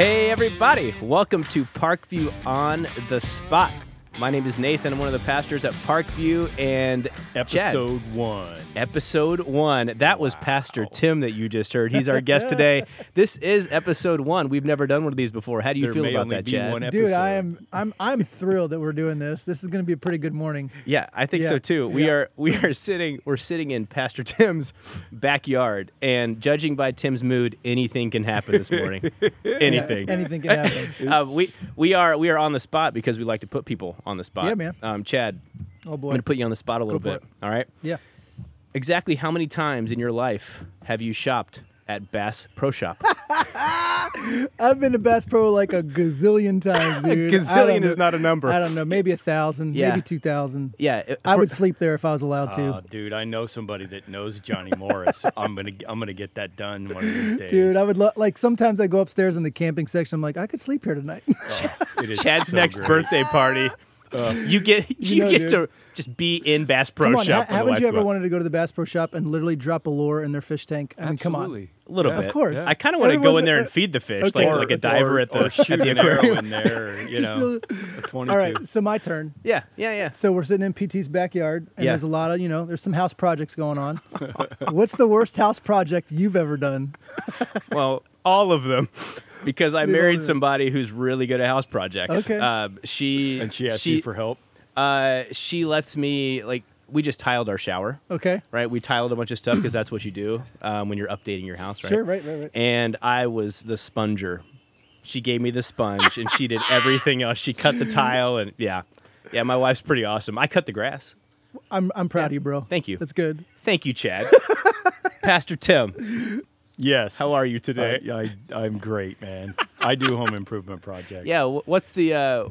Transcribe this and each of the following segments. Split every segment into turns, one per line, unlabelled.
everybody. Welcome to Parkview on the Spot. My name is Nathan. I'm one of the pastors at Parkview and Chad.
Episode one.
Episode one. That was Pastor Tim that you just heard. He's our guest today. This is episode one. We've never done one of these before. How do you
There
feel
may
about
only
that,
be
Chad?
one ep-
Dude,
episode.
I am I'm I'm thrilled that we're doing this. This is going to be a pretty good morning.
yeah, I think
Yeah,
so too. We
yeah.
are we are sitting we're sitting in Pastor Tim's backyard, and judging by Tim's mood, anything can happen this morning. anything.
Anything can happen.
Uh, we we are we are on the spot because we like to put people on the spot.
Yeah, man.
Um, Chad,
Oh
I'm
boy.
gonna put you on the spot a little
for
bit. All right.
Yeah.
Exactly how many times in your life have you shopped at Bass Pro Shop?
I've been to Bass Pro like a gazillion times, dude. I
Gazillion
don't
is
know-
not a number.
I don't know, maybe a thousand,
Yeah.
maybe two thousand.
yeah. it-
I
for-
would sleep there if I was allowed to.
Oh, dude, I know somebody that knows Johnny Morris. I'm gonna I'm gonna get that done one of these days.
Dude, I would lo- like sometimes I go upstairs in the camping section. I'm like, I could sleep here tonight.
Oh, it is
Chad's
so
next
great.
birthday party. uh, you get you,
know,
get
dude.
to just be in Bass Pro
come on, ha-
Shop. for the
haven't
life
you
of
ever
the-
wanted to go to the Bass Pro Shop and literally drop a lure in their fish tank? I mean,
Absolutely.
A little
Yeah.
bit.
Of course.
I kind of want to go
Everyone's-
in there and
uh,
feed the fish,
okay.
like
Or-
like a diver
or,
at the
or shoot
at the
an arrow
aquarium.
in there. or, You
Just
know, a
come on.
22.
All right, so my turn.
Yeah, yeah, yeah.
So we're sitting in PT's backyard, and
Yeah.
there's a lot of, you know, there's some house projects going on. What's the worst house project you've ever done?
well, all of them, because I
Did all of
married
them.
somebody who's really good at house projects.
Okay.
Uh, she
And she asked you for help.
uh, she lets me like we just tiled our shower,
Okay.
right? We tiled a bunch of stuff because that's what you do um, when you're updating your house, right?
Sure, right, right, right.
And I was the sponger. She gave me the sponge, and she did everything else. She cut the tile, and yeah, yeah. My wife's pretty awesome. I cut the grass.
I'm, I'm proud of you, bro.
Thank you.
That's good.
Thank you, Chad. Pastor Tim,
Yes.
how are you today?
I, I I'm great, man. I do home improvement projects.
Yeah, wh- what's the uh,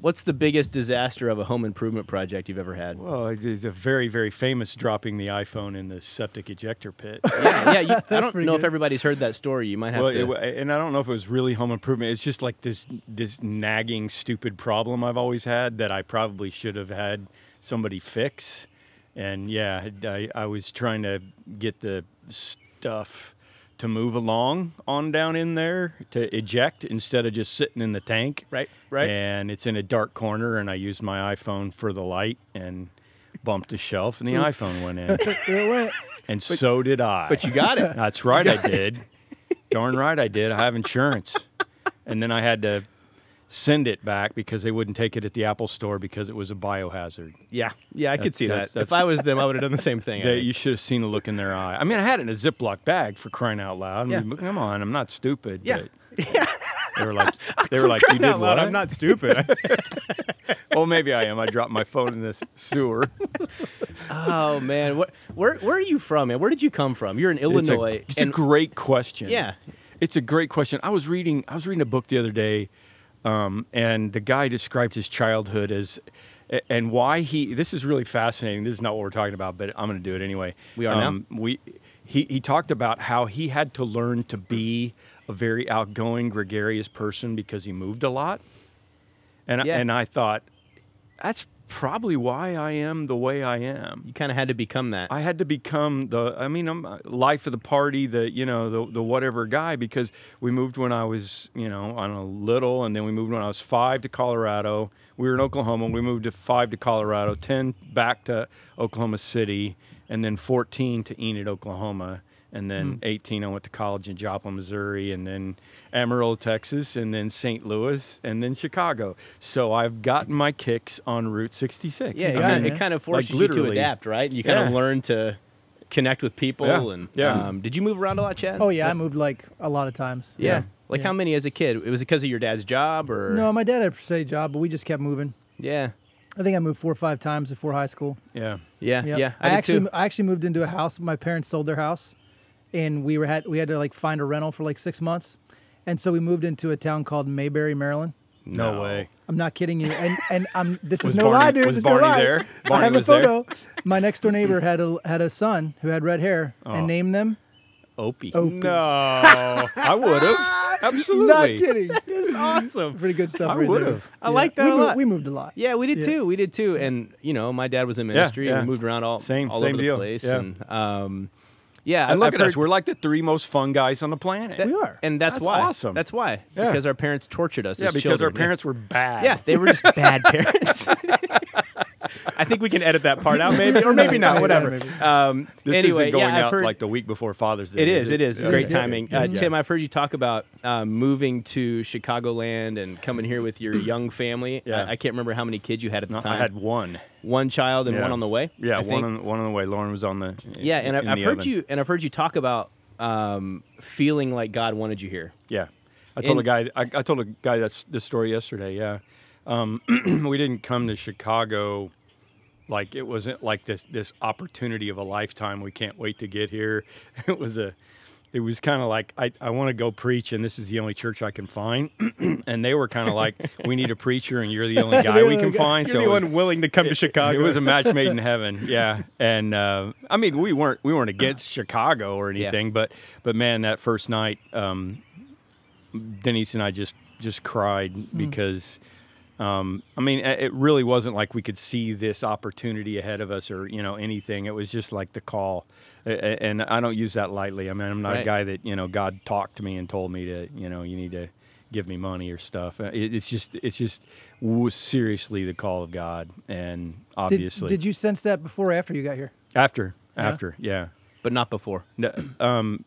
what's the biggest disaster of a home improvement project you've ever had?
Well, Oh, it is a very, very famous dropping the iPhone in the septic ejector pit.
yeah, yeah you, I don't
pretty
know if
good.
everybody's heard that story. You might have
Well,
to.
it, wa- and I don't know if it was really home improvement. It's just like this this nagging, stupid problem I've always had that I probably should have had somebody fix. And yeah, I, I was trying to get the stuff to move along on down in there to eject instead of just sitting in the tank.
Right, right.
And it's in a dark corner, and I used my iPhone for the light and bumped a shelf, and the iPhone went in.
It went.
And so did I.
but you got it. Uh,
That's right, I did. Darn right, I did. I have insurance, and then I had to send it back because they wouldn't take it at the Apple Store because it was a biohazard.
Yeah, yeah, I could see
that's-
that. If
that's-
I was them, I would have done the same thing. I
They,
think.
you should have seen the look in their eye. I mean, I had it in a Ziploc bag for crying out loud. I mean, Come on, I'm not stupid.
Yeah.
But they were like, they were like, you did what?
I'm not stupid.
Oh, maybe I am. I dropped my phone in this sewer.
oh man, what, where where are you from, man? Where did you come from? You're in Illinois.
It's a, it's a
and-
great question.
Yeah.
it's a great question. I was reading I was reading a book the other day, um, and the guy described his childhood as, a- and why he. This is really fascinating. This is not what we're talking about, but I'm going to do it anyway. Um,
We are now?
We he he talked about how he had to learn to be a very outgoing, gregarious person because he moved a lot, and I-
Yeah.
and I thought that's probably why I am the way I am.
you kind of had to become that.
I had to become the I mean I'm uh, life of the party the you know the the whatever guy because we moved when I was you know on a little and then we moved when I was 5 to Colorado we were in Oklahoma we moved to 5 to Colorado 10 back to Oklahoma City and then 14 to Enid Oklahoma and then 18 I went to college in Joplin Missouri and then Amarillo Texas and then St. Louis and then Chicago so I've gotten my kicks on Route 66
yeah, it,
I
got
kind,
mean,
of, it kind of forces you to
literally.
adapt, right? You kind of
Yeah.
learn to connect with people.
Yeah,
And
yeah.
Um, did you move around a lot, Chad?
Oh, yeah. I moved like a lot of times.
Yeah.
Yeah.
Like
Yeah.
how many as a kid? It was because of your dad's job or
No, my dad had a per se job, but we just kept moving.
Yeah.
I think I moved four or five times before high school.
yeah
Yeah.
Yep.
Uh, Yeah.
I,
did
actually
too.
I actually moved into a house. My parents sold their house, and we were had we had to like find a rental for like six months, and so we moved into a town called Mayberry, Maryland.
No,
No.
way.
I'm not kidding you, and and I'm this
Was
is no
Barney-
lie, dude.
was
this is no
Barney
lie.
there? Barney
I have
was
a
there?
photo. My next door neighbor had a had a son who had red hair
Oh.
and named them.
Opie.
Opie.
No. I would have.
Not
Absolutely.
kidding.
That's awesome.
Pretty good stuff.
I
right
would
there.
have.
I like that
we
a
moved,
lot.
We moved a lot.
Yeah, we did
Yeah.
too. We did too. And you know, my dad was in ministry. and
yeah.
We moved around all
Same-
all
same
over
deal.
the place.
Yeah.
And um, Yeah, I-
and look
I've
at us.
heard-
We're like the three most fun guys on the planet.
We are.
and that's,
That's
why.
awesome.
That's why.
Yeah.
Because our parents tortured us.
yeah,
as
because our
children. Yeah.
parents were bad.
Yeah, they were just bad parents. I think we can edit that part out, maybe, or maybe not.
Yeah,
Whatever.
maybe. Uh,
Um,
This
anyway,
isn't going
yeah, I've
out
heard,
like the week before Father's Day.
It is. It is
Yeah.
great
Yeah.
timing, uh,
Yeah.
Tim. I've heard you talk about uh, moving to Chicagoland and coming here with your young family.
Yeah.
I, I can't remember how many kids you had at the
No,
time.
I had one.
one child and
Yeah.
one on the way.
Yeah,
I
one
think.
on, one on the way. Lauren was on the.
yeah, and I,
in
I've
the
heard
oven.
you, and I've heard you talk about um, feeling like God wanted you here.
Yeah, I told
And-
a guy. I, I told a guy that's this story yesterday. Yeah, um, we didn't come to Chicago like it wasn't like this this opportunity of a lifetime. We can't wait to get here. It was a. It was kind of like I, I want to go preach, and this is the only church I can find. and they were kind of like, "We need a preacher, and you're the only guy we can find." so it was-
willing to come to
It was a match made in heaven. Yeah, and uh, I mean, we weren't we weren't against Chicago or
Yeah.
anything, but but man, that first night, um, Denise and I just just cried
Mm.
because. Um, I mean, a- it really wasn't like we could see this opportunity ahead of us or, you know, anything. It was just like the call. A- a- And I don't use that lightly. I mean, I'm not a
Right.
guy that, you know, God talked to me and told me to, you know, you need to give me money or stuff. Uh, It, it's just, it's just was seriously the call of God. And
Did,
obviously,
did you sense that before or after you got here?
after, after, yeah.
but not before.
No, um,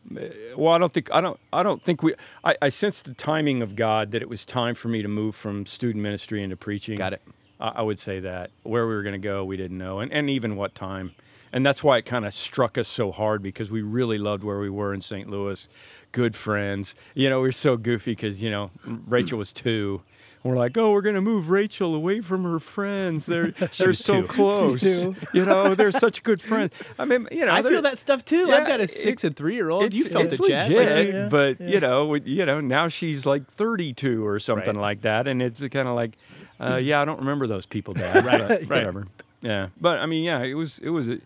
well, I don't think I don't I don't think we. I, I sensed the timing of God that it was time for me to move from student ministry into preaching.
Got it.
I, I would say that where we were going to go, we didn't know, and and even what time, and that's why it kind of struck us so hard because we really loved where we were in St. Louis, good friends. You know, we were so goofy because you know Rachel was two. And We're like, oh, we're gonna move Rachel away from her friends. They're they're so
two.
close.
two.
You know, they're such good friends. I mean, you know,
I
they're-
feel that stuff too. I've
yeah,
got a
it-
six and three year old. You
it's-
felt
it's
the jet.
legit,
Like, yeah,
but
yeah.
you know, we- you know, now she's like 32 or something
Right.
like that, and it's kind of like, uh, yeah, I don't remember those people, Dad. right,
right.
whatever. Yeah, but I mean, yeah, it was, it was, it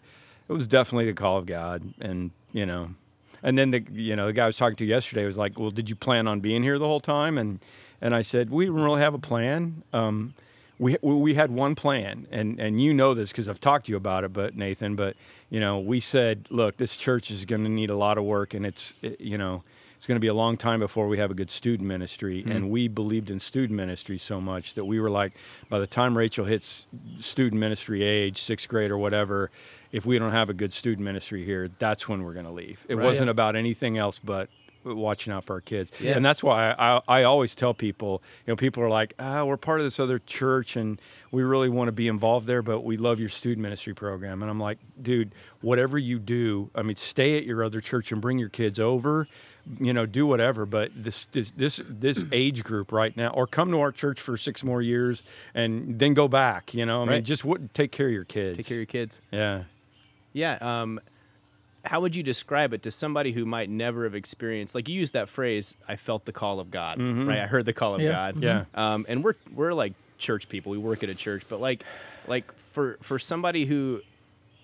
was definitely the call of God, and you know, and then the, you know, the guy I was talking to yesterday was like, well, did you plan on being here the whole time? And and I said, we didn't really have a plan. Um, we, we- we had one plan, and, and you know this because I've talked to you about it, but Nathan, but you know, we said, look, this church is going to need a lot of work, and it's it- you know, it's going to be a long time before we have a good student ministry, and we believed in student ministry so much that we were like, by the time Rachel hits student ministry age, sixth grade or whatever, if we don't have a good student ministry here, that's when we're going to leave. It wasn't about anything else, but watching out for our kids.
Yeah.
And that's why I, I always tell people, you know, people are like, ah, we're part of this other church and we really want to be involved there, but we love your student ministry program. And I'm like, dude, whatever you do, I mean, stay at your other church and bring your kids over, you know, do whatever. But this, this, this, this age group right now, or come to our church for six more years and then go back, you know, I mean,
Right.
just what, take care of your kids.
Take care of your kids.
yeah.
Yeah. Um, how would you describe it to somebody who might never have experienced? Like you used that phrase, "I felt the call of God." Right. I heard the call of
Yeah.
God.
Mm-hmm. Yeah.
Um, and we're we're like church people. We work at a church, but like, like for for somebody who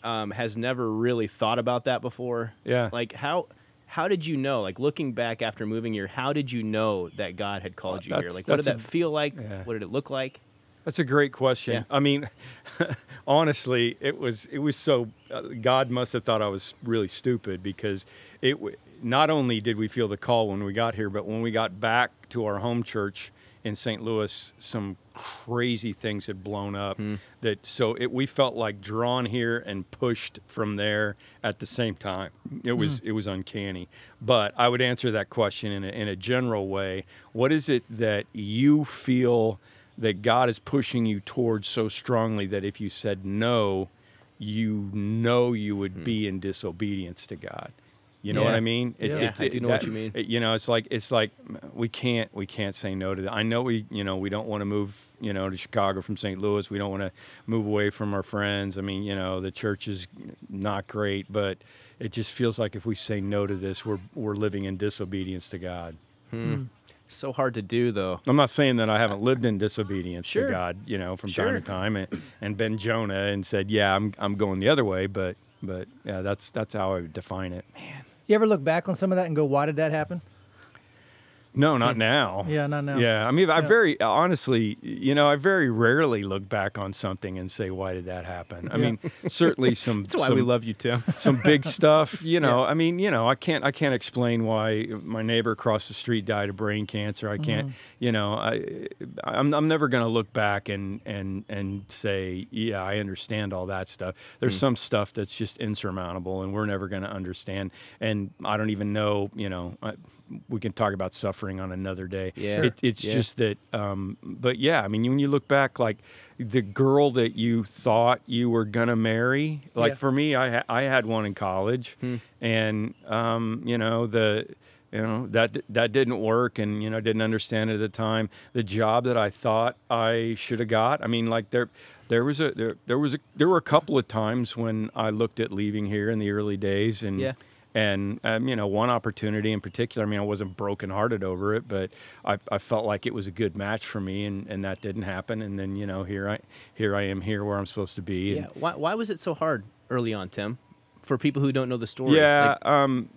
um, has never really thought about that before.
Yeah.
Like how. How did you know? Like looking back after moving here, how did you know that God had called you here?
Uh, that's-
Like, what did that
that's a-
feel like?
yeah.
What did it look like?
That's a great question.
Yeah.
I mean, honestly, it was it was so uh, God must have thought I was really stupid because it w- not only did we feel the call when we got here, but when we got back to our home church in St. Louis, some crazy things had blown up that so it we felt like drawn here and pushed from there at the same time. It was it was uncanny. But I would answer that question in a, in a general way. What is it that you feel that God is pushing you towards so strongly that if you said no, you know you would be in disobedience to God. You know what
Hmm. Yeah.
I mean?
Yeah, I do know what you mean.
it- you know, it's like it's like we can't we can't say no to that. I know we you know we don't want to move you know to Chicago from St. Louis. We don't want to move away from our friends. I mean, you know, the church is not great, but it just feels like if we say no to this, we're we're living in disobedience to God.
So hard to do, though.
I'm not saying that I haven't lived in disobedience
Sure.
to God, you know, from time
Sure.
to time, and, and been Jonah and said, "Yeah, I'm I'm going the other way," but but yeah, that's that's how I would define it.
You ever look back on some of that and go, why did that happen?
No, not now.
Yeah, not now.
Yeah, I mean, I
Yeah.
very honestly, you know, I very rarely look back on something and say, "Why did that happen?" I mean, certainly some.
That's why
some,
we love you, Tim.
some big stuff. You know, I mean, you know, I can't I can't explain why my neighbor across the street died of brain cancer. I can't,
Mm-hmm.
you know, I I'm, I'm never going to look back and and and say, yeah, I understand all that stuff. There's
Mm.
some stuff that's just insurmountable, and we're never going to understand. And I don't even know, you know, I, we can talk about suffering on another day.
Yeah. Sure.
It, it's
Yeah.
just that um but yeah i mean when you look back like the girl that you thought you were gonna marry like
Yeah.
for me i ha- i had one in college
Hmm.
and um you know the you know that that didn't work and you know didn't understand it at the time the job that i thought i should have got i mean like there there was a there, there was a there were a couple of times when i looked at leaving here in the early days and
Yeah.
and um, you know one opportunity in particular i mean i wasn't brokenhearted over it but I, I felt like it was a good match for me and, and that didn't happen and then you know here i here i am here where i'm supposed to be
yeah.
and,
Why, why was it so hard early on, Tim? For people who don't know the story.
yeah
Like,
um,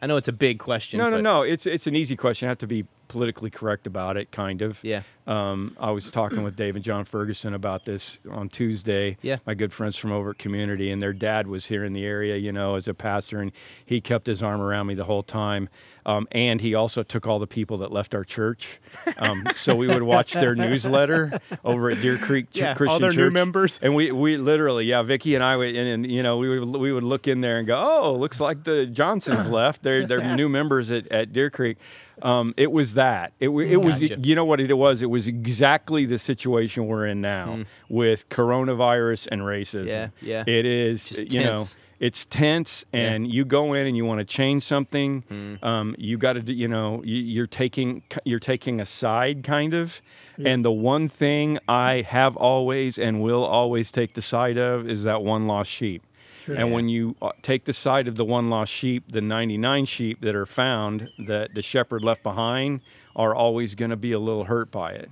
I know it's a big question.
no no
but-
no it's it's an easy question i have to be politically correct about it kind of
Yeah.
um, I was talking with Dave and John Ferguson about this on Tuesday.
Yeah.
My good friends from over at Community, and their dad was here in the area, you know, as a pastor, and he kept his arm around me the whole time. Um, and he also took all the people that left our church. Um, so we would watch their newsletter over at Deer Creek Ch-
Yeah, all
Christian
their new
Church.
members.
And we, we literally, yeah, Vicky and I would, and, and you know, we would we would look in there and go, oh, looks like the Johnsons left. They're they're new members at, at Deer Creek. Um, it was that. It, wa- it was
Gotcha.
you know what it was. It was exactly the situation we're in now with coronavirus and racism.
Hmm. Yeah, yeah.
It is
Just
you
tense.
know it's tense and you go in and you want to change something
Mm-hmm.
um, you got to you know you, you're taking you're taking a side kind of and the one thing i have always and will always take the side of is that one lost sheep and when you uh, take the side of the one lost sheep the 99 sheep that are found that the shepherd left behind are always going to be a little hurt by it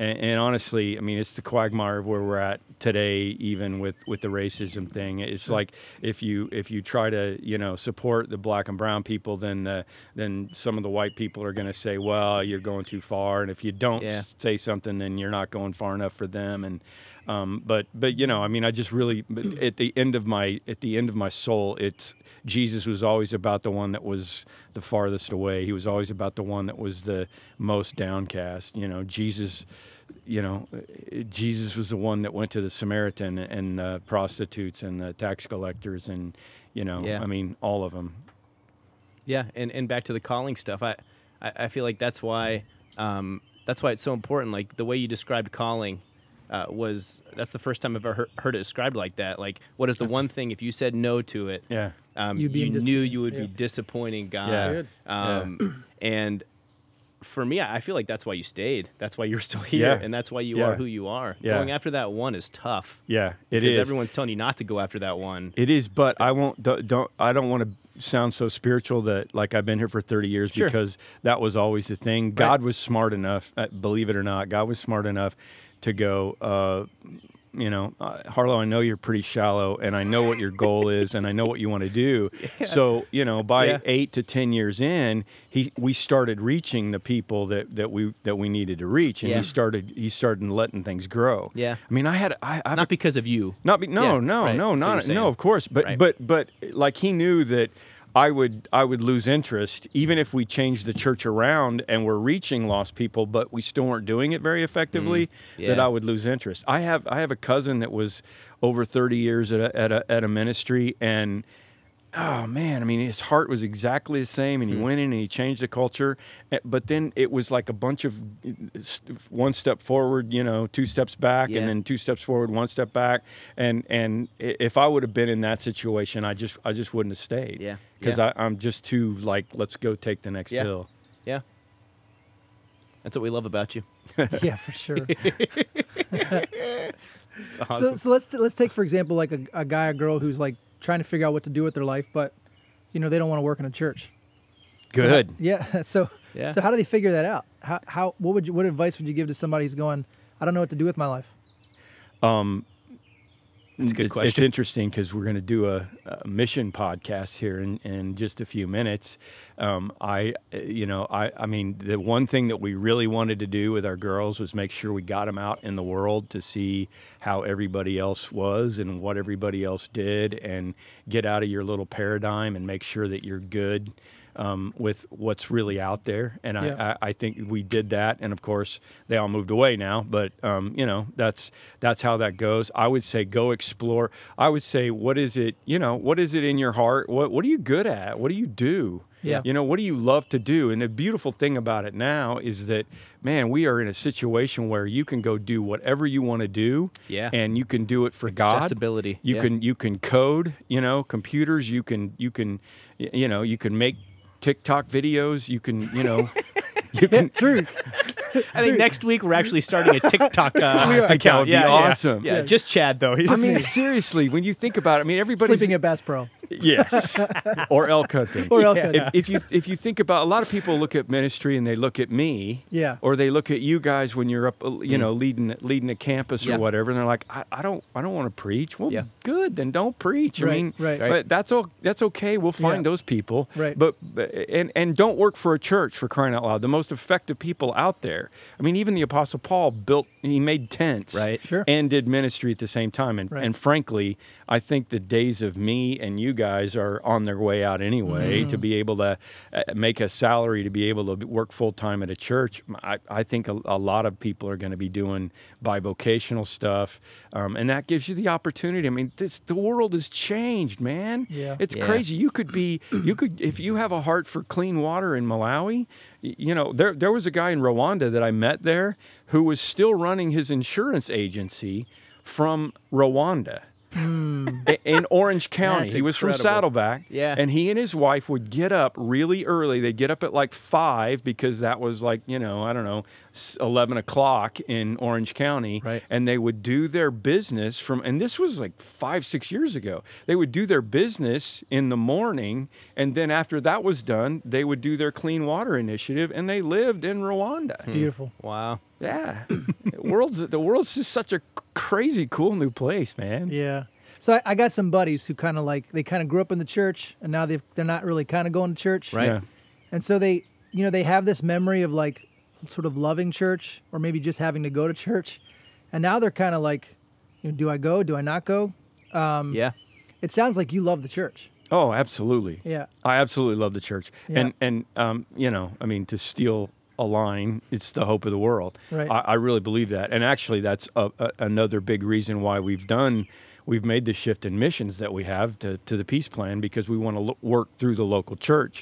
and, and honestly, I mean, it's the quagmire of where we're at today, even with, with the racism thing. It's like if you if you try to you know support the black and brown people, then uh, then some of the white people are going to say, well, you're going too far, and if you don't
Yeah.
say something, then you're not going far enough for them. And um, but but you know, I mean, I just really but at the end of my at the end of my soul, it's Jesus was always about the one that was the farthest away. He was always about the one that was the most downcast. You know, Jesus. You know, Jesus was the one that went to the Samaritan and the prostitutes and the tax collectors and you know,
Yeah.
I mean, all of them.
Yeah, and, and back to the calling stuff. I, I, I feel like that's why um, that's why it's so important. Like the way you described calling uh, was that's the first time I've ever heard, heard it described like that. Like what is the one thing if you said no to it,
Yeah.
um, you
You'd be in
knew
disbelief,
you would be
yeah.
disappointing God.
Yeah. Good.
Um, And for me, I I feel like that's why you stayed. That's why you're still here,
Yeah.
and that's why you
Yeah.
are who you are.
Yeah.
Going after that one is tough.
Yeah, it
because
is.
everyone's telling you not to go after that one.
It is, but I won't. Don't, don't I don't want to sound so spiritual that like I've been here for thirty years
Sure.
because that was always the thing. God was smart enough, uh, believe it or not, God was smart enough to go. Uh, you know, uh, Harlow, I know you're pretty shallow, and I know what your goal is, and I know what you want to do. So, you know, by
Yeah.
eight to ten years in, he we started reaching the people that, that we that we needed to reach, and
Yeah.
he started he started letting things grow.
Yeah.
I mean, I had I, I've
Not because of you.
not be, no,
Yeah,
no,
right,
no,
that's what
not
I'm
no,
saying.
of course, but
Right.
but but like he knew that I would I would lose interest even if we changed the church around and we're reaching lost people, but we still weren't doing it very effectively. That
Mm, yeah.
I would lose interest. I have I have a cousin that was over thirty years at a, at a, at a ministry and oh man, I mean, his heart was exactly the same,
Hmm.
and he went in and he changed the culture. Eh, But then it was like a bunch of eh, st- one step forward, you know, two steps back,
Yeah.
and then two steps forward, one step back. And and i- if I would have been in that situation, I just I just wouldn't have stayed.
Yeah.
because
Yeah.
I'm just too like, let's go take the next
Yeah.
hill.
Yeah, that's what we love about you.
yeah, for sure.
It's
so, so let's let's take for example like a, a guy or girl who's like trying to figure out what to do with their life, but you know they don't want to work in a church.
Good.
Yeah. So
Yeah.
so how do they figure that out? How how what would you what advice would you give to somebody who's going? I don't know what to do with my life.
That's a good
it's, It's
question.
interesting because we're going to do a, a mission podcast here in, in just a few minutes. Um, I, uh, you know, I, I mean, the one thing that we really wanted to do with our girls was make sure we got them out in the world to see how everybody else was and what everybody else did, and get out of your little paradigm and make sure that you're good. Um, with what's really out there, and I,
Yeah.
I, I think we did that, and of course they all moved away now. But um, you know, that's that's how that goes. I would say go explore. I would say what is it? You know, what is it in your heart? What what are you good at? What do you do?
Yeah.
You know, what do you love to do? And the beautiful thing about it now is that, man, we are in a situation where you can go do whatever you want to do.
Yeah.
And you can do it for God.
Accessibility,
You
yeah.
can you can code, you know, computers, you can you can y- you know, you can make TikTok videos, you can, you know, you can
Truth.
I think next week we're actually starting a TikTok. Uh,
I think that would be
yeah, yeah,
awesome.
Yeah, just Chad though. He's
I
just
mean,
me.
seriously, when you think about it, I mean, everybody's
Sleeping at Bass
Mm.
Pro.
Yes, or elk hunting.
Or elk Yeah. hunting.
If, if you if you think about, a lot of people look at ministry and they look at me.
Yeah. Mm.
Or they look at you guys when you're up, uh, you know, leading leading a campus
Yeah.
or whatever, and they're like, I, I don't I don't want to preach. Well,
Yeah.
good, then don't preach. I
Right,
mean,
right. Right.
but that's all that's okay. We'll find
Yeah.
those people.
Right.
But but- and and don't work for a church for crying out loud. The most effective people out there. I mean, even the Apostle Paul built. He made tents
Right.
Sure.
and did ministry at the same time. And,
Right.
and frankly, I think the days of me and you guys are on their way out anyway.
Mm-hmm.
To be able to uh, make a salary, to be able to work full time at a church, I, I think a, a lot of people are going to be doing bivocational stuff, um, and that gives you the opportunity. I mean, this the world has changed, man.
Yeah.
it's
Yeah.
crazy. You could be, you could, if you have a heart for clean water in Malawi, y- you know, there, there was a guy in Rwanda that I met there who was still running his insurance agency from Rwanda. i- In Orange County,
Hmm. That's
he was from
incredible.
Saddleback,
Yeah.
and he and his wife would get up really early. They'd get up at like five because that was like you know I don't know s- eleven o'clock in Orange County,
Right.
and they would do their business from and this was like five six years ago they would do their business in the morning and then after that was done they would do their clean water initiative and they lived in rwanda
Beautiful.
wow.
yeah world's the world's just such a crazy cool new place man
Yeah. So I, I got some buddies who kind of like they kind of grew up in the church and now they they're not really kind of going to church.
Right.
Yeah.
And so they, you know, they have this memory of like sort of loving church or maybe just having to go to church. And now they're kind of like, you know, do I go? Do I not go? Um,
yeah.
It sounds like you love the church.
oh absolutely
Yeah.
i absolutely love the church
Yeah.
and and um you know i mean to steal a line it's the hope of the world
Right.
I, I really believe that and actually that's a, a, another big reason why we've done we've made the shift in missions that we have to, to the peace plan because we want to lo- work through the local church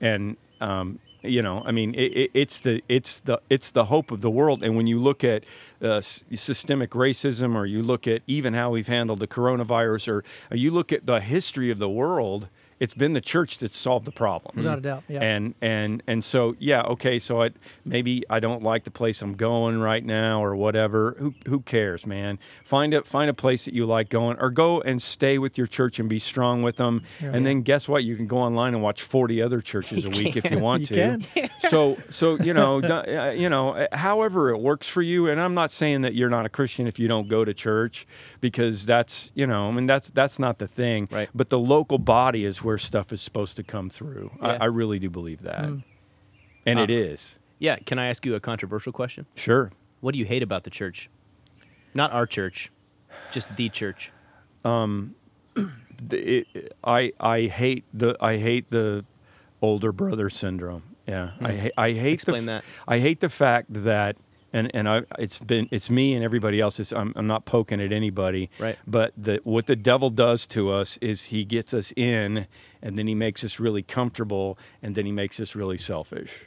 and um, you know i mean it, it, it's the it's the it's the hope of the world and when you look at uh, s- systemic racism or you look at even how we've handled the coronavirus or, or you look at the history of the world it's been the church that's solved the problem
Without a doubt, yeah.
and and and so yeah okay so i maybe i don't like the place i'm going right now or whatever who who cares man find a find a place that you like going or go and stay with your church and be strong with them and then guess what you can go online and watch 40 other churches a week if you want
You
to
can.
so so you know d- uh, you know uh, however it works for you and i'm not saying that you're not a christian if you don't go to church because that's you know i mean that's that's not the thing
Right.
but the local body is where stuff is supposed to come through
Yeah. Hmm. Uh,
I, I really do believe that and it is
Yeah. Can I ask you a controversial question?
sure
What do you hate about the church? Not our church, just the church.
the- it, I I hate the I hate the older brother syndrome. Yeah, I ha- I hate
Hmm. Explain
the f-
that.
I hate the fact that and and I it's been it's me and everybody else. It's, I'm I'm not poking at anybody.
Right.
But the what the devil does to us is he gets us in, and then he makes us really comfortable, and then he makes us really selfish.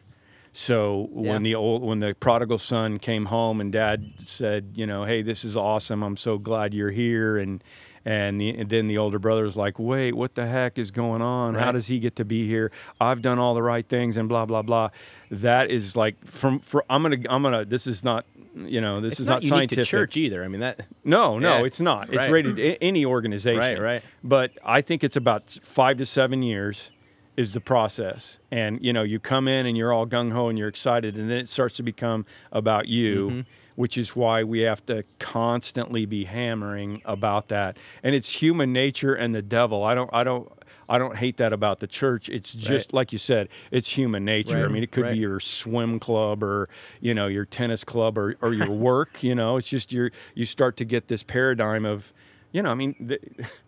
So when
Yeah.
the old when the prodigal son came home and dad said, you know, hey, this is awesome. I'm so glad you're here and and, the, and then the older brother's like, wait, what the heck is going on? How
Right.
does he get to be here? I've done all the right things and blah blah blah. That is like from for I'm gonna I'm gonna this is not you know this
It's,
is
not,
not,
unique
scientific.
to church either. I mean that.
No, no,
Yeah.
it's not. It's
Right.
rated a- any organization.
Right, right.
But I think it's about s- five to seven years is the process.
Mm-hmm.
And you know, you come in and you're all gung ho and you're excited, and then it starts to become about you. which is why we have to constantly be hammering about that. And it's human nature and the devil. I don't I don't I don't hate that about the church. It's just like you said, it's human nature. I
Right,
mean, it could
right.
be your swim club or you know your tennis club or, or your work. You know, it's just your you start to get this paradigm of, you know, I mean, the,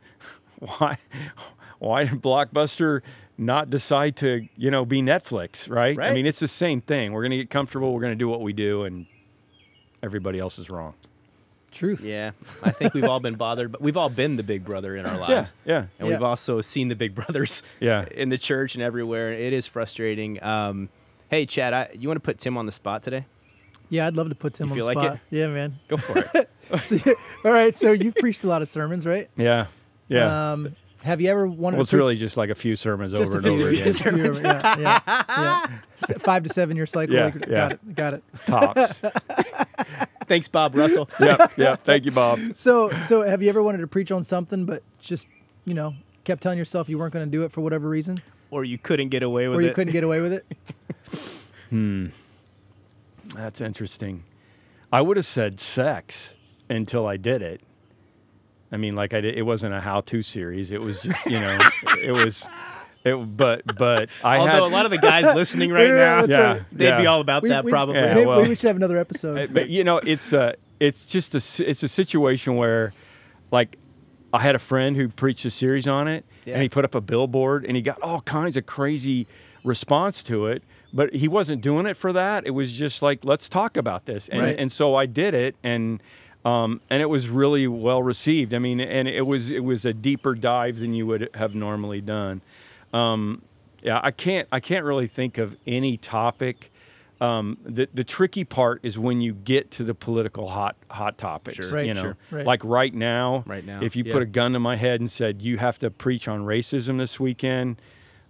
why why did Blockbuster not decide to you know be Netflix? Right? I
Right.
mean, it's the same thing. We're gonna get comfortable. We're gonna do what we do, and everybody else is wrong.
Truth.
Yeah, I think we've all been bothered, but we've all been the big brother in our
Yeah,
lives.
yeah.
And
Yeah.
we've also seen the big brothers
Yeah.
in the church and everywhere. It is frustrating. Um, hey, Chad, I, you want to put Tim on the spot today?
Yeah, I'd love to put Tim
You
on
feel
the
like
spot.
it?
Yeah, man.
Go for it.
So- all right, so you've preached a lot of sermons, right?
Yeah, yeah.
Um, have you ever wanted
well,
to
it's
preach-
really just like a few sermons
just
over
a
and
few
over again.
just a few- yeah, yeah, yeah. S- Five to seven year cycle.
Yeah,
like,
yeah.
Got it. Got it.
Tops.
Thanks, Bob Russell.
yep, yep. Thank you, Bob.
So, so have you ever wanted to preach on something, but just you know, kept telling yourself you weren't going to do it for whatever reason,
Or you couldn't get away with
or you
it.
couldn't get away with it?
That's interesting. I would have said sex until I did it. I mean, like I did, it wasn't a how-to series. It was just, you know, it was, it. But but I
Although
had
a lot of the guys listening right now,
that's right.
they'd be
Yeah.
all about that probably.
Yeah,
maybe,
well.
we should have another episode.
but you know, it's a, it's just a, s- it's a situation where, like, I had a friend who preached a series on it,
Yeah.
and he put up a billboard, and he got all kinds of crazy response to it. But he wasn't doing it for that. It was just like, let's talk about this, and
Right.
and so I did it, and. Um, and it was really well received. I mean, and it was it was a deeper dive than you would have normally done. Yeah, I can't. I can't really think of any topic. Um, the the tricky part is when you get to the political hot hot topics.
Sure.
Right,
you know,
sure.
Right.
like right now.
Right now,
if you
yeah.
put a gun to my head and said you have to preach on racism this weekend,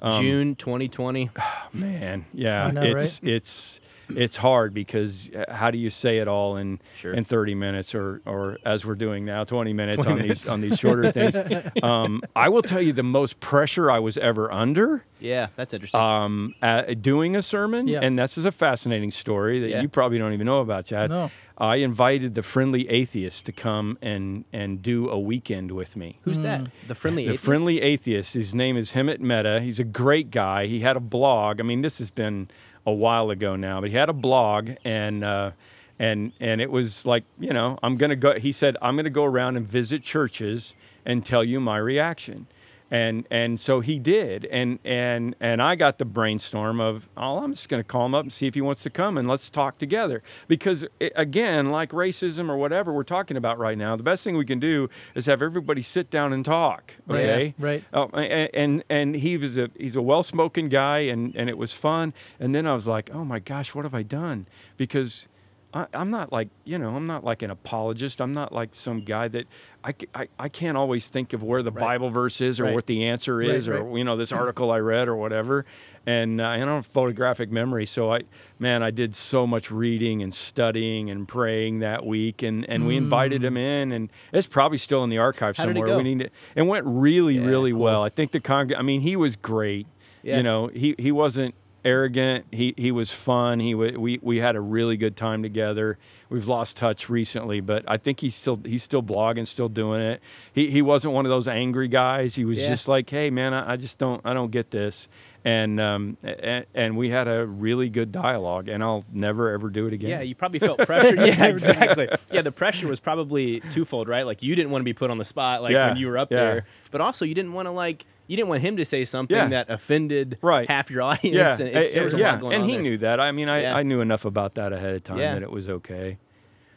um, oh,
June 2020.
man, yeah,
I know,
it's it's it's hard because uh, how do you say it all in
Sure.
in 30 minutes or or as we're doing now 20 minutes
20
on these
minutes.
on these shorter things. Um, I will tell you the most pressure I was ever under
Yeah, that's interesting.
um, at doing a sermon,
Yeah.
and this is a fascinating story that
Yeah.
you probably don't even know about, Chad.
No.
I invited the friendly atheist to come and and do a weekend with me.
Who's that? The friendly
The
atheist?
friendly atheist. His name is Hemet Mehta. He's a great guy. He had a blog. I mean, this has been a while ago now, but he had a blog, and uh, and and it was like you know, I'm gonna go. He said, I'm gonna go around and visit churches and tell you my reaction, and and so he did, and and and I got the brainstorm of, oh, I'm just gonna call him up and see if he wants to come and let's talk together because i again, like racism or whatever we're talking about right now, the best thing we can do is have everybody sit down and talk
Right.
okay
Yeah, right.
oh, and, and and he was a he's a well-spoken guy and and it was fun and then i was like oh my gosh what have i done because I, i'm not like you know i'm not like an apologist i'm not like some guy that i, c- I- I can't always think of where the bible verse is or
Right.
what the answer is or
right.
you know this article i read or whatever and uh, and i don't have photographic memory so i man i did so much reading and studying and praying that week and and we invited him in and it's probably still in the archive
Mm. How did it
somewhere
go?
we need it, it went really,
Yeah,
really
cool.
well. I think the con. I mean, he was great.
Yeah.
You know, he he wasn't arrogant. He he was fun. He wa we we had a really good time together. We've lost touch recently, but I think he's still he's still blogging, still doing it. He he wasn't one of those angry guys. He was
Yeah.
just like, hey man, I, I just don't I don't get this. And um and, and we had a really good dialogue, and I'll never ever do it again.
Yeah, you probably felt pressure. yeah, exactly. Yeah, the pressure was probably twofold, right? Like you didn't want to be put on the spot, like
Yeah,
when you were up
yeah.
there, but also you didn't want to like you didn't want him to say something
Yeah.
that offended
Right.
half your audience.
yeah,
and it,
eh,
there was a
yeah.
lot going
and
on
he
there.
knew that. I mean, I,
Yeah.
I knew enough about that ahead of time
Yeah.
that it was okay.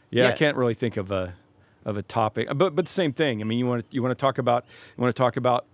Yeah, I
Yeah.
can't really think of a of a topic, but but same thing. I mean, you want to you want to talk about you want to talk about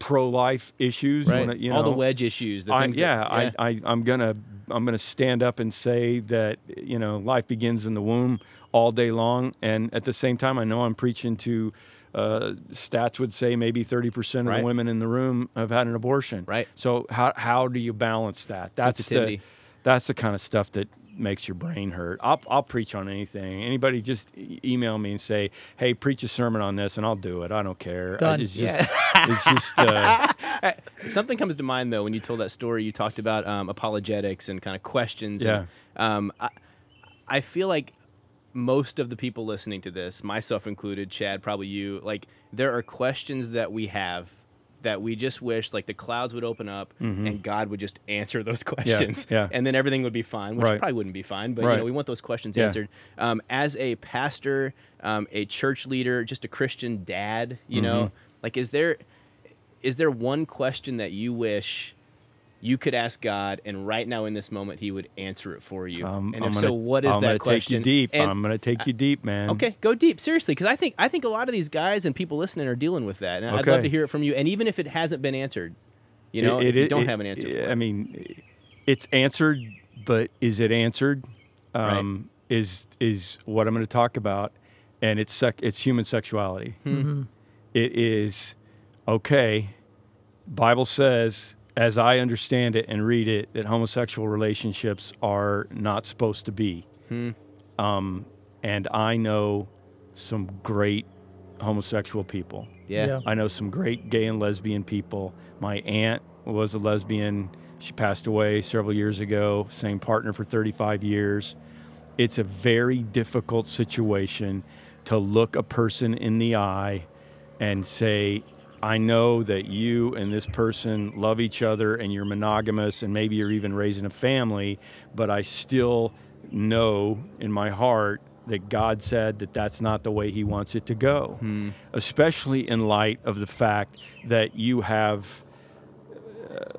pro life issues, you
Right.
wanna- you
All the
know,
wedge issues. The
I,
things
yeah,
that,
I, I, I'm gonna, I'm gonna stand up and say that you know life begins in the womb all day long, and at the same time, I know I'm preaching to. Uh, stats would say maybe 30% of the
Right.
women in the room have had an abortion.
Right.
So how how do you balance that? That's the
Sensitivity.
that's the kind of stuff that makes your brain hurt. I'll I'll preach on anything. Anybody just e- email me and say, "Hey, preach a sermon on this," and I'll do it. I don't care. I-
Done.
it's just it's just uh,
Something comes to mind though when you told that story. You talked about um, apologetics and kind of questions. and, um, I, I feel like most of the people listening to this, myself included, Chad, probably you, like there are questions that we have that we just wish like the clouds would open up and God would just answer those questions.
Mm-hmm. yeah.
And then everything would be fine, which
Right.
probably wouldn't be fine, but you
Right.
know, we want those questions
Yeah.
answered. Um, as a pastor, um, a church leader, just a Christian dad,
Mm-hmm.
you know, like is there is there one question that you wish you could ask God, and right now in this moment, He would answer it for you.
Um,
and
I'm
if
gonna,
so, what is
I'm
that
gonna
question?
Take you deep. Um,
And-
I'm gonna take you deep, man.
Okay, go deep, seriously, because I think I think a lot of these guys and people listening are dealing with that, and I'd love
Okay.
to hear it from you. And even if it hasn't been answered, you know, if you don't have an answer, for
I
it.
mean, it's answered, but is it answered? Um, Is is what I'm going to talk about, and it's sec- it's human sexuality.
Hmm.
It is okay. Bible says, as I understand it and read it, that homosexual relationships are not supposed to be.
Hmm.
Um, and I know some great homosexual people.
yeah,
Yeah.
I know some great gay and lesbian people. My aunt was a lesbian. She passed away several years ago, same partner for 35 years. It's a very difficult situation to look a person in the eye and say, I know that you and this person love each other and you're monogamous and maybe you're even raising a family, but I still know in my heart that God said that that's not the way He wants it to go,
Hmm.
especially in light of the fact that you have uh,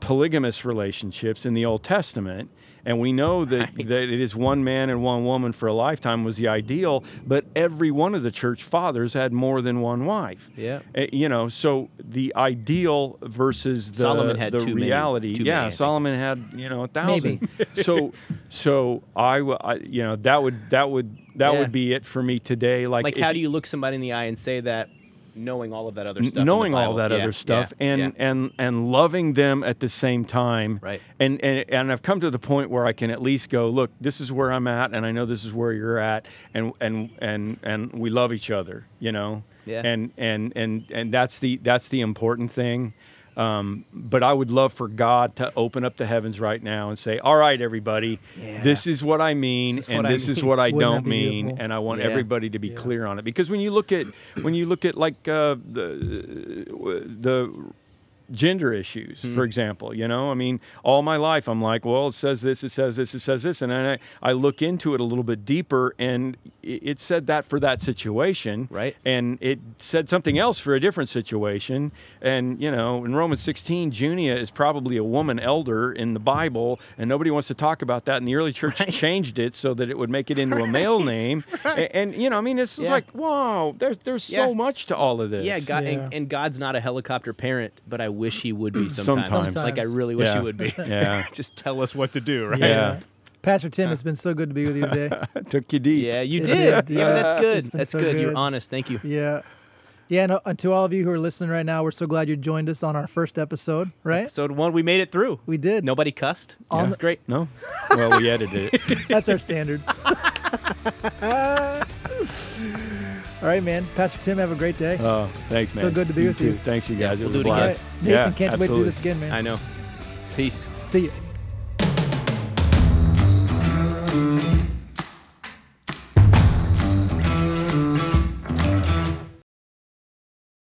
polygamous relationships in the Old Testament. And we know that,
Right.
that it is one man and one woman for a lifetime was the ideal, but every one of the church fathers had more than one wife.
Yeah.
Uh, you know, so the ideal versus the,
Solomon had
the
too many-
reality.
too many,
yeah,
I think.
Solomon had, you know, a thousand. so, so I, w- I- you know, that would, that would, that
Yeah.
would be it for me today. Like,
like
if
how do you look somebody in the eye and say that, knowing all of that other
N-
stuff, in the
knowing all
Bible?
that
Yeah,
other stuff
yeah,
and
yeah.
and and loving them at the same time
Right.
and, and and i've come to the point where i can at least go look this is where i'm at and i know this is where you're at and and and and we love each other you know
Yeah.
and and and and that's the that's the important thing um, but I would love for God to open up the heavens right now and say, "All right, everybody,
Yeah.
this is what I mean,
This is
and
what I
this is
mean."
what I
Wouldn't that
don't
be
mean,
beautiful?
and I want
Yeah.
everybody to be clear on it." Because when you look at when you look at like uh, the gender issues,
Hmm.
for example. You know, I mean, all my life I'm like, well, it says this, it says this, it says this, and then I, I look into it a little bit deeper, and it, it said that for that situation,
Right.
And it said something else for a different situation, and you know, in Romans 16, Junia is probably a woman elder in the Bible, and nobody wants to talk about that. And the early church changed it so that it would make it into a male name, A- and, you know, I mean, it's just
Yeah.
like, wow, there's there's so
Yeah.
much to all of this.
Yeah, God, And,
Yeah.
and God's not a helicopter parent, but I wish He would be sometimes.
Sometimes.
Like I really wish
Yeah.
He would be.
Yeah.
Just tell us what to do, right?
Yeah.
Pastor Tim, it's been so good to be with you today.
took you deep.
Yeah, you
It
did.
did,
Yeah,
yeah.
that's good.
It's been
That's
so
good. You're
good.
honest. Thank you.
Yeah. Yeah, and, uh, and to all of you who are listening right now, we're so glad you joined us on our first episode, right?
Episode one, we made it through.
We did.
Nobody cussed.
On
That's
the-
great.
No. Well, we edited it.
That's our standard. all right, man. Pastor Tim, have a great day.
Oh, thanks, man.
So good to be
You
with you.
Thanks, you
Yeah,
guys.
we'll
it was
do
a
it again.
blast.
Nathan, can't wait to do this again, man.
I know. Peace.
See you.